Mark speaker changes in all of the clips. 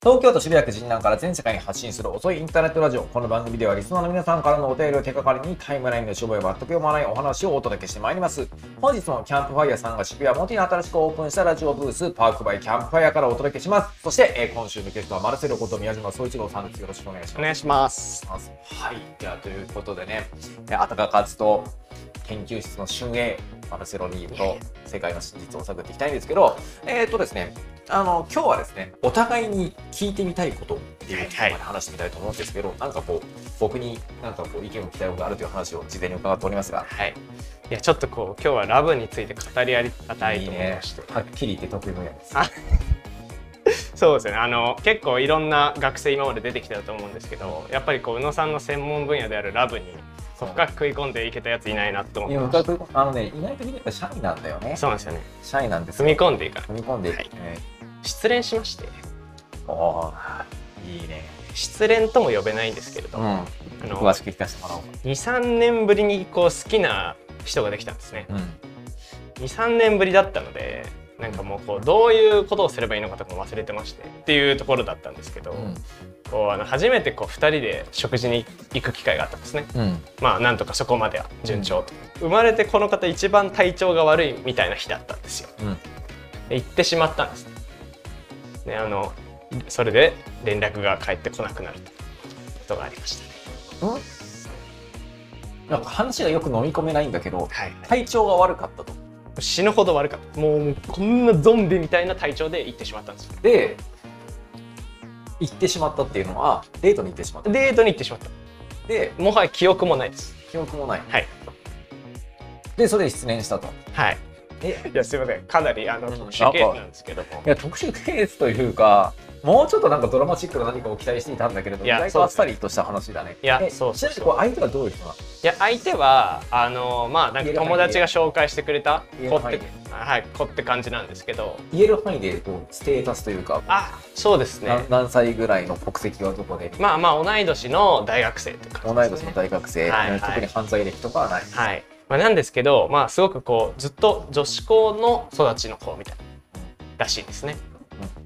Speaker 1: 東京都渋谷区神南から全世界に発信する遅いインターネットラジオ。この番組ではリスナーの皆さんからのお便りを手がかりにタイムラインのしょぼい全く読まないお話をお届けしてまいります。本日もキャンプファイヤーさんが渋谷元に新しくオープンしたラジオブース、パークバイキャンプファイヤーからお届けします。そして、えー今週のゲストはマルセロこと宮島総一郎さんです。よろしくお願いしま
Speaker 2: お
Speaker 1: す。
Speaker 2: 願いします。
Speaker 1: はい。では、ということでね、えーあたかかつと研究室の春英、マルセロリーブと世界の真実を探っていきたいんですけど、えっ、とですね、あの、今日はですね、お互いに聞いてみたいことっていうテーマで話してみたいと思うんですけど、なんかこう、僕になんかこう、意見を聞きたいことがあるという話を事前に伺っておりますが、
Speaker 2: はい。いやちょっとこう今日はラブについて語り合いたいと思いまして。
Speaker 1: いいねはっきり言って得意分野です。
Speaker 2: あそうですね。あの結構いろんな学生今まで出てきてたと思うんですけど、やっぱりこう宇野さんの専門分野であるラブにこう深く食い込んでいけたやついないなと
Speaker 1: い
Speaker 2: 思
Speaker 1: や、
Speaker 2: ってま
Speaker 1: 深
Speaker 2: し
Speaker 1: く、あのね、意外とみんなシャイなんだよね
Speaker 2: た。。そうなんですよね。
Speaker 1: シャイなんです
Speaker 2: 踏
Speaker 1: よ。
Speaker 2: み込んでいかない。
Speaker 1: 踏み込んでいく
Speaker 2: はい
Speaker 1: ね。
Speaker 2: 失恋しまして、
Speaker 1: おーいいね。
Speaker 2: 失恋とも呼べないんですけれど、
Speaker 1: う
Speaker 2: あ
Speaker 1: ん。
Speaker 2: の
Speaker 1: 詳しく聞かせてもらおう。
Speaker 2: 2、3年ぶりにこう好きな人ができたんですね。
Speaker 1: うん。
Speaker 2: 23年ぶりだったのでなんかもうこうどういうことをすればいいのかとかも忘れてましてっていうところだったんですけど、こうあの初めてこう2人で食事に行く機会があったんですね
Speaker 1: うん。
Speaker 2: まあなんとかそこまでは順調と、生まれてこの方一番体調が悪いみたいな日だったんですよ
Speaker 1: うん。
Speaker 2: で行ってしまったんですねあのそれで連絡が返ってこなくなるということがありましたね
Speaker 1: なんか話がよく飲み込めないんだけど、
Speaker 2: はい
Speaker 1: 体調が悪かったと。
Speaker 2: 死ぬほど悪かったもうこんなゾンビみたいな体調で行ってしまったんですよ
Speaker 1: で、行ってしまったっていうのは、デートに行ってしまった。
Speaker 2: デートに行ってしまった
Speaker 1: で、
Speaker 2: もはや記憶もないです。
Speaker 1: 記憶もない。
Speaker 2: はい。
Speaker 1: で、それで失恋したと。
Speaker 2: はい。
Speaker 1: え
Speaker 2: いや、すみません。かなり、あの、
Speaker 1: うん
Speaker 2: 特殊ケースなんですけども
Speaker 1: い。や、特殊ケースというか、もうちょっとなんかドラマチックな何かを期待していたんだけれど、
Speaker 2: い
Speaker 1: 意
Speaker 2: や
Speaker 1: 外とあっさりとした話だね。
Speaker 2: いや
Speaker 1: え
Speaker 2: そうそうそう
Speaker 1: ちなみにこう相手はどういう人なの
Speaker 2: いや、相手は、あの、まあ、なんか友達が紹介してくれた
Speaker 1: 言え。る
Speaker 2: 子
Speaker 1: 範
Speaker 2: っ
Speaker 1: 囲
Speaker 2: て
Speaker 1: で、
Speaker 2: はい、子って感じなんですけど。
Speaker 1: 言える範囲でこうステータスというか、
Speaker 2: あ、そうですね
Speaker 1: な。何歳ぐらいの国籍はどこで、
Speaker 2: まあ、まあ、同い年の大学生って
Speaker 1: 同い
Speaker 2: 感じです、
Speaker 1: 年
Speaker 2: ね。
Speaker 1: の大学生、
Speaker 2: はいはい
Speaker 1: 特に犯罪歴とかはない。
Speaker 2: はい。まあ、なんですけど、まあ、すごくこう、ずっと女子校の育ちの子みたいな。らしいんですね。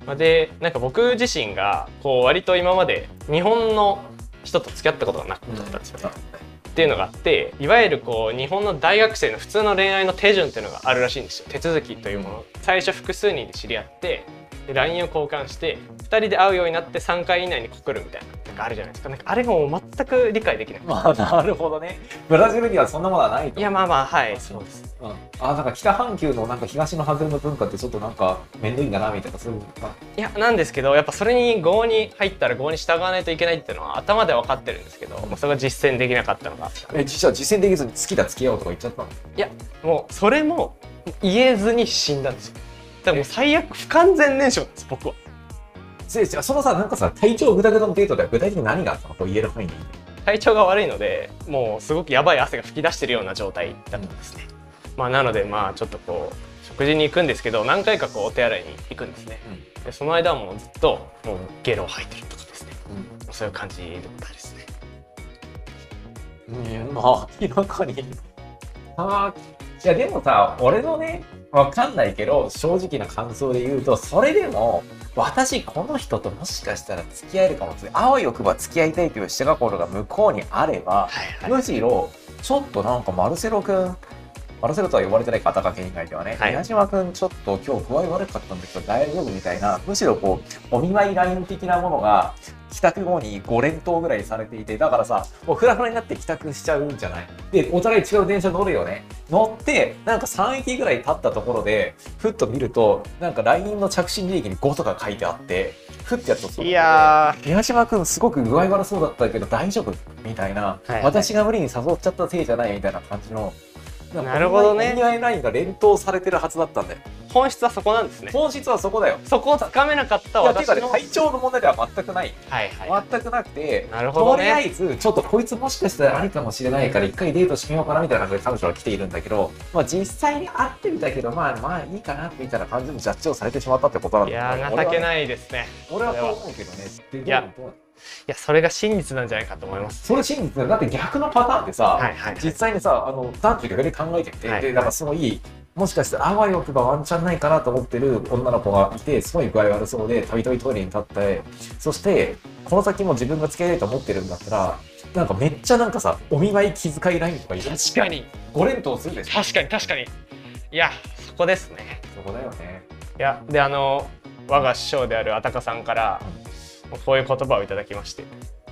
Speaker 2: まあで、なんか僕自身が、こう、割と今まで、日本の人と付き合ったことがなかったんですよね。っていうのがあっていわゆるこう日本の大学生の普通の恋愛の手順っていうのがあるらしいんですよ手続きというもの最初複数人で知り合ってで LINE を交換して2人で会うようになって3回以内に告るみたいななんかあるじゃないですかなんかあれがもう全く理解できない
Speaker 1: まあなるほどね。ブラジルにはそんなものはないと。
Speaker 2: いやまあまあはいそうです
Speaker 1: うん、あなんか北半球のなんか東の外れの文化ってちょっとなんか面倒いんだなみたいなそういうか
Speaker 2: いやなんですけどやっぱそれに合に入ったら合に従わないといけないっていうのは頭では分かってるんですけどもうそれが実践できなかったのが
Speaker 1: え実は実践できずに好きだ付き合おうとか言っちゃったの
Speaker 2: いやもうそれも言えずに死んだんですよだからもう最悪不完全燃焼なんです僕は。
Speaker 1: せじゃあそのさなんかさ体調グダグダのデートでは具体的に何があったのこう言える範囲でいい
Speaker 2: 体調が悪いのでもうすごくやばい汗が噴き出してるような状態だったんですね、まあなのでまあちょっとこう食事に行くんですけど何回かこうお手洗いに行くんですねでその間はもうずっともうゲロを吐いてるとかですねそういう感じだったですね
Speaker 1: うん、うん、まあ明らかにあーいやでもさ俺のねわかんないけど正直な感想で言うとそれでも私この人ともしかしたら付き合えるかもしれないあわよくば付き合いたいという下心が向こうにあれば
Speaker 2: はいはい
Speaker 1: むしろちょっとなんかマルセロ君マルセロとは呼ばれてない肩掛け以外ではね、
Speaker 2: はい
Speaker 1: 宮島君ちょっと今日具合悪かったんだけど大丈夫みたいなむしろこうお見舞いライン的なものが帰宅後に5連投ぐらいされていてだからさもうフラフラになって帰宅しちゃうんじゃないでお互い違う電車乗るよね乗ってなんか3駅ぐらい経ったところでふっと見るとなんか LINE の着信履歴に5とか書いてあってふってやったとそ
Speaker 2: いや
Speaker 1: 宮島君すごく具合悪そうだったけど大丈夫みたいな、
Speaker 2: いはい
Speaker 1: 私が無理に誘っちゃったせいじゃないみたいな感じの
Speaker 2: なるほどね
Speaker 1: お見合いラインが連投されてるはずだったんだよ
Speaker 2: ー本質はそこなんですね
Speaker 1: 本質はそこだよ
Speaker 2: そこをつかめなかった
Speaker 1: いやてい
Speaker 2: 私
Speaker 1: うかね
Speaker 2: の
Speaker 1: 体調の問題では全くない
Speaker 2: はいはいはい
Speaker 1: 全くなくて
Speaker 2: なるほど
Speaker 1: とりあ
Speaker 2: ね
Speaker 1: えずちょっとこいつもしかしたらありかもしれないから一回デートしてみようかなみたいな感じで彼女は来ているんだけど、まあ、実際に会ってみたけどまあまあいいかなみたいな感じのジャッジをされてしまったってことなん
Speaker 2: い
Speaker 1: だ
Speaker 2: や
Speaker 1: よね
Speaker 2: ー情けないですね
Speaker 1: 俺はね俺はそう思うけどねで
Speaker 2: いや
Speaker 1: どうどう
Speaker 2: いやそれが真実なんじゃないかと思います
Speaker 1: それ真実だよだって逆のパターンでさ、
Speaker 2: はいはいはい
Speaker 1: 実際にさあの男女逆で考えてみて、
Speaker 2: はい
Speaker 1: でなんかそのいいもしかしてあわよくばワンチャンないかなと思ってる女の子がいてすごい具合悪そうでたびたびトイレに立ってそしてこの先も自分がつけれると思ってるんだったらなんかめっちゃなんかさお見舞い気遣いラインとかいる
Speaker 2: 確かに
Speaker 1: 5連投するでしょ
Speaker 2: 確かに確かにいやそこですね
Speaker 1: そこだよね
Speaker 2: いやであの我が師匠であるあたかさんからこういう言葉をいただきましてい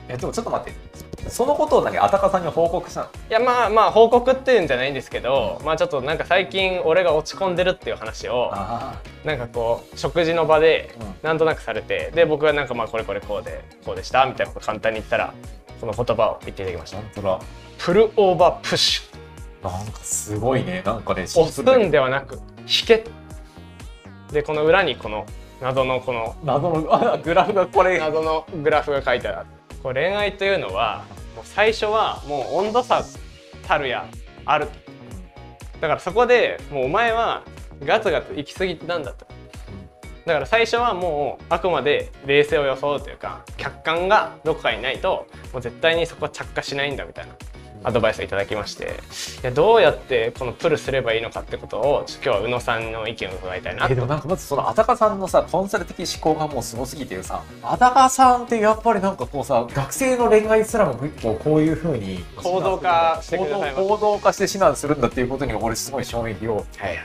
Speaker 1: えでもちょっと待ってそのことを何あたかさんに報告したの
Speaker 2: やまあまあ報告っていうんじゃないんですけどまあちょっとなんか最近俺が落ち込んでるっていう話を
Speaker 1: あ
Speaker 2: なんかこう食事の場で
Speaker 1: うん
Speaker 2: なんとなくされてで僕がなんかまあこれこれこうでこうでしたみたいなこと簡単に言ったらその言葉を言っていただきまし
Speaker 1: な
Speaker 2: た
Speaker 1: んとな
Speaker 2: プルオーバープッシュ
Speaker 1: なんかすごいねなんかね
Speaker 2: 押すん
Speaker 1: で
Speaker 2: ではなく引けでこの裏にこの謎のこの
Speaker 1: 謎のあグラフがこれ
Speaker 2: 謎のグラフが書いてあるこう恋愛というのはもう最初はもう温度差たるやあるだからそこでもうお前はガツガツ行き過ぎなんだとだから最初はもうあくまで冷静を装うというか客観がどこかにないともう絶対にそこは着火しないんだみたいなアドバイスをいただきましていやどうやってこのプルすればいいのかってことをちょっと今日は宇野さんの意見を伺いたいな
Speaker 1: えでもなんかまずそのあたかさんのさコンサル的思考がもうすごすぎてさあたかさんってやっぱりなんかこうさ学生の恋愛すらも結構こういうふうに
Speaker 2: 行動化してくださいました
Speaker 1: 行動行動化して指南するんだっていうことに俺すごい衝撃を
Speaker 2: はいはい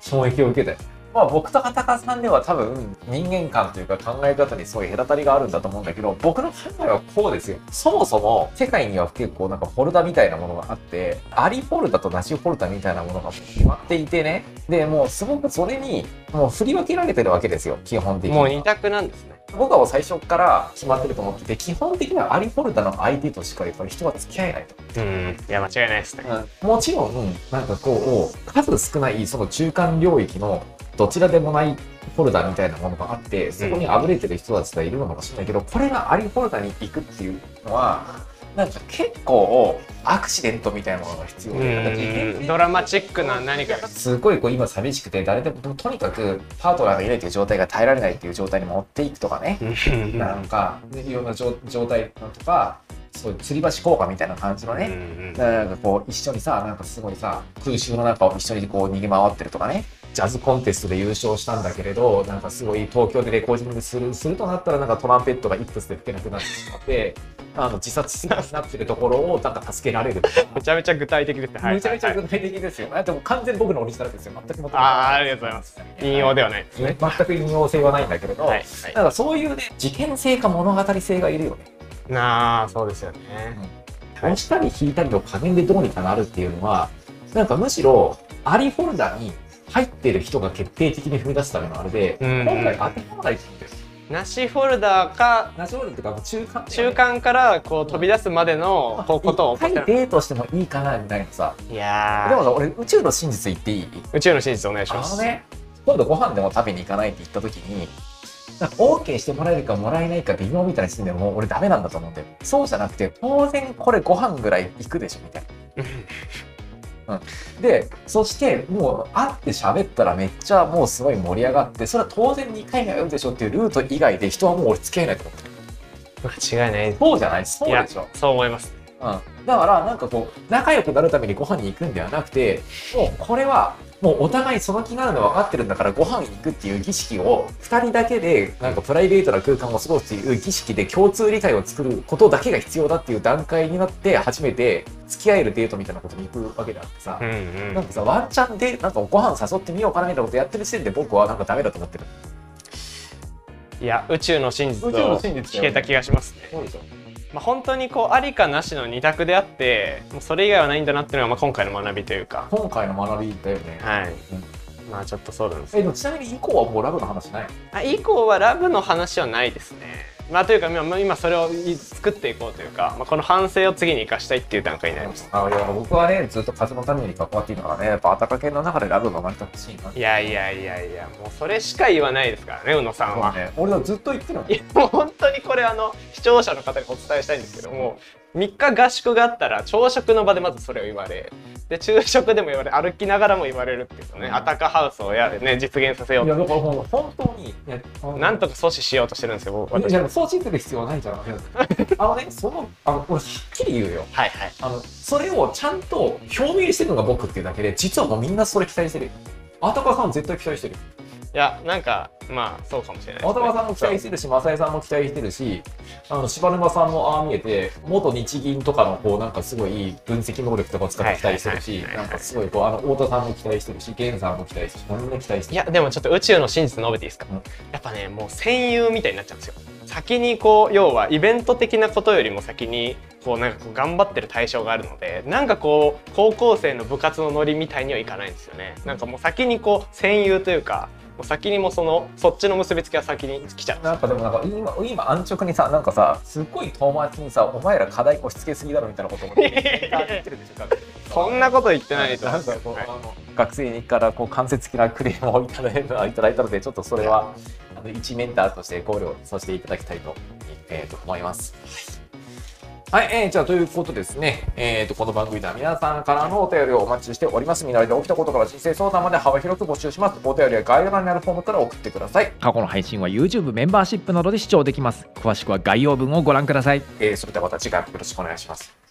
Speaker 1: 衝撃を受けたよまあ僕とあたかさんでは多分人間観というか考え方にすごい隔たりがあるんだと思うんだけど僕の考えはこうですよそもそも世界には結構なんかフォルダみたいなものがあってありフォルダとなしフォルダみたいなものが決まっていてねでもうすごくそれにもう振り分けられてるわけですよ基本的に
Speaker 2: も
Speaker 1: は
Speaker 2: う二択なんですね
Speaker 1: 僕はもう最初から決まってると思ってて基本的にはありフォルダの相手としかやっぱり人は付き合えないと。
Speaker 2: うんいや間違いないですね
Speaker 1: もちろん、なんかこう、数少ないその中間領域のどちらでもないフォルダみたいなものがあって、そこにあぶれてる人たちがいるのかもしれないけど、これがありフォルダに行くっていうのは、なんか結構アクシデントみたいなものが必要で、なんか事変
Speaker 2: うんドラマチックな何かです
Speaker 1: すごいこう今寂しくて誰でもでもとにかくパートナーがいないという状態が耐えられないっていう状態に持っていくとかね、なんかいろんな状状態とかそういう吊り橋効果みたいな感じのね、
Speaker 2: うん
Speaker 1: なんかこう一緒にさなんかすごいさ空襲の中を一緒にこう逃げ回ってるとかねジャズコンテストで優勝したんだけれどなんかすごい東京でレコーディングするするとなったらなんかトランペットが一発で吹けなくなってしまってあの自殺しなくなってるところをなんか助けられるとか
Speaker 2: めちゃめちゃ具体的ですねはい
Speaker 1: めちゃめちゃ
Speaker 2: はい
Speaker 1: 具
Speaker 2: はい
Speaker 1: 体的ですよ、でも完全に僕のオリジナルですよ全くもって
Speaker 2: あーありがとうございます引用ではないですね
Speaker 1: 全く引用性はないんだけれど、
Speaker 2: はいはい
Speaker 1: だからそういうね事件性か物語性がいるよね
Speaker 2: なあそうですよね
Speaker 1: 押したり引いたりの加減でどうにかなるっていうのはなんかむしろアリフォルダに入ってる人が決定的に踏み出すためのあれで、
Speaker 2: うん
Speaker 1: 今回当て放題って言うんですよ
Speaker 2: なしフォルダーか
Speaker 1: ナショナルっていうかもう中間
Speaker 2: 中間からこう飛び出すまでのこうことを
Speaker 1: 一回デートしてもいいかなみたいなさ
Speaker 2: いや
Speaker 1: で
Speaker 2: ー
Speaker 1: もさ俺宇宙の真実言っていい
Speaker 2: 宇宙の真実お願いし
Speaker 1: あ
Speaker 2: ま
Speaker 1: の
Speaker 2: す
Speaker 1: ね今度ご飯でも食べに行かないって言った時になんか OK してもらえるかもらえないか微妙みたいな人でもう俺ダメなんだと思うんだよそうじゃなくて当然これご飯ぐらい行くでしょみたいなでそしてもう会って喋ったらめっちゃもうすごい盛り上がってそれは当然2回目はやるでしょっていうルート以外で人はもう俺付き合えないと思う
Speaker 2: 間違いない
Speaker 1: そうじゃないそう
Speaker 2: いや
Speaker 1: でしょ、
Speaker 2: そう思います
Speaker 1: うん、だからなんかこう仲良くなるためにご飯に行くんではなくてもうこれはもうお互いその気があるの分かってるんだからご飯に行くっていう儀式を2人だけでなんかプライベートな空間を過ごすっていう儀式で共通理解を作ることだけが必要だっていう段階になって初めて付き合えるデートみたいなことに行くわけであってさ、
Speaker 2: うんう
Speaker 1: なんんかさ、ワンチャンで、なんかご飯誘ってみようかなみたいなことやってる時点で僕はなんかダメだと思ってる。
Speaker 2: いや宇宙の真実
Speaker 1: 宇宙
Speaker 2: を
Speaker 1: の真実だよね
Speaker 2: 聞けた気がしますね
Speaker 1: そうでしょ。
Speaker 2: まあ本当にこうありかなしの二択であってもうそれ以外はないんだなっていうのがまあ今回の学びというか
Speaker 1: 今回の学びだよね。
Speaker 2: はい、
Speaker 1: う
Speaker 2: まあちょっとそうなんです
Speaker 1: え、でもちなみに以降はもうラブの話ない
Speaker 2: あ以降はラブの話はないですねまあというか今今それを作っていこうというか、まあ、この反省を次に生かしたいっていう段階になります
Speaker 1: あいや僕はね、ずっと風のために関わっているのがね、やっぱ温かけの中でラブが生まれてほしいな。
Speaker 2: いやいやいやいやもうそれしか言わないですからね宇野さんは、
Speaker 1: ね、俺はずっと言ってるの
Speaker 2: い。やもう本当にこれあの視聴者の方にお伝えしたいんですけども3日合宿があったら朝食の場でまずそれを言われで昼食でも言われ歩きながらも言われるっていうね、
Speaker 1: うん
Speaker 2: アタカハウスをや、ね、実現させよう
Speaker 1: いや
Speaker 2: と
Speaker 1: だからほん本当にいやあの
Speaker 2: なんとか阻止しようとしてるんですよ僕
Speaker 1: いやい
Speaker 2: 私
Speaker 1: やで
Speaker 2: は
Speaker 1: もそう信じる必要はないじゃん あのねそのあの俺はっきり言うよ
Speaker 2: はいはい
Speaker 1: あのそれをちゃんと表明してるのが僕っていうだけで実はもうみんなそれ期待してるよあたかさん絶対期待してるよ
Speaker 2: いやなんかまあそうかもしれないですね
Speaker 1: あたかさんも期待してるし正江さんも期待してるしあの柴沼さんもああ見えて元日銀とかのこうなんかすごいいい分析能力とかを使って期待してるし
Speaker 2: はいはいはい
Speaker 1: な
Speaker 2: はい
Speaker 1: んかすごいこうあの太田さんも期待してるし源さんも期待してるしみんな期待してる
Speaker 2: いやでもちょっと宇宙の真実述べていいですか、
Speaker 1: うん
Speaker 2: やっぱねもう戦友みたいになっちゃうんですよ先にこう要はイベント的なことよりも先にこうなんかこう頑張ってる対象があるのでなんかこう高校生の部活のノリみたいにはいかないんですよねなんかもう先にこう戦友というかもう先にもうそのそっちの結びつきは先に来ちゃう
Speaker 1: なんかでもなんか今今安直にさなんかさすっごい遠回しにさお前ら課題押し付けすぎだろみたいな ことも言ってるでしょ学生
Speaker 2: そんなこと言ってないと思
Speaker 1: な
Speaker 2: うんんで
Speaker 1: か
Speaker 2: すよ
Speaker 1: こう、
Speaker 2: はい
Speaker 1: あの学生からこう間接的なクレームをいただいたいただいたのでちょっとそれはあの一メンターとして考慮させていただきたいと,、えーと思います。はい、えーじゃあということですね、えーとこの番組では皆さんからのお便りをお待ちしております。みなりで起きたことから人生相談まで幅広く募集します。お便りは概要欄にあるフォームから送ってください。
Speaker 3: 過去の配信は YouTube メンバーシップなどで視聴できます詳しくは概要文をご覧ください
Speaker 1: えーそれではまた次回よろしくお願いします。